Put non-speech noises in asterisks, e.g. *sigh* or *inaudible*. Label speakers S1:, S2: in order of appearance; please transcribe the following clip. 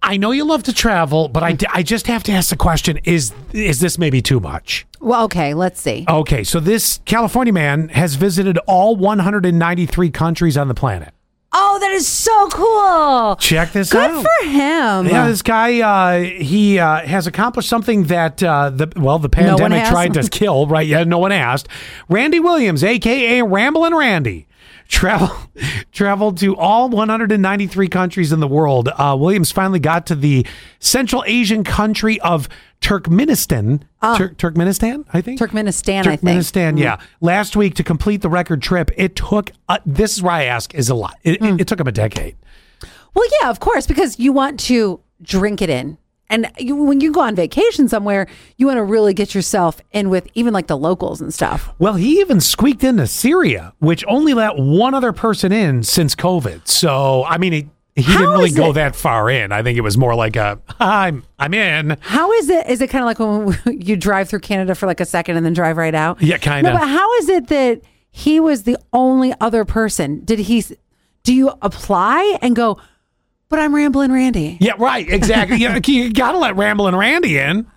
S1: I know you love to travel, but I, d- I just have to ask the question: Is is this maybe too much?
S2: Well, okay, let's see.
S1: Okay, so this California man has visited all 193 countries on the planet.
S2: Oh, that is so cool.
S1: Check this
S2: Good
S1: out.
S2: for him.
S1: Yeah, this guy uh, he uh, has accomplished something that uh, the well the pandemic
S2: asked.
S1: tried
S2: *laughs*
S1: to kill. Right? Yeah, no one asked. Randy Williams, aka Ramblin' Randy. Travel, *laughs* traveled to all 193 countries in the world. Uh, Williams finally got to the Central Asian country of Turkmenistan. Tur- Turkmenistan, I think.
S2: Turkmenistan, Ah. I think. Mm-hmm.
S1: Turkmenistan, yeah. Last week to complete the record trip, it took. Uh, this is why I ask: is a lot. It,
S2: Hmm.
S1: it, it took him a decade.
S2: Well, yeah, of course, because you want to drink it in. And you, when you go on vacation somewhere, you want to really get yourself in with even like the locals and stuff.
S1: Well, he even squeaked into Syria, which only let one other person in since COVID. So, I mean, he, he
S2: How
S1: didn't really
S2: is
S1: go
S2: it-
S1: that far in. I think it was more like a, I'm, I'm in.
S2: How is it? Is it kind of like when *laughs* you drive through Canada for like a second and then drive right out?
S1: Yeah, kinda.
S2: No, but how is it that he was the only other person? Did he? s- Do you apply and go? But I'm rambling, Randy.
S1: *laughs* Yeah, right. Exactly. you, you got to let Ramblin' Randy in.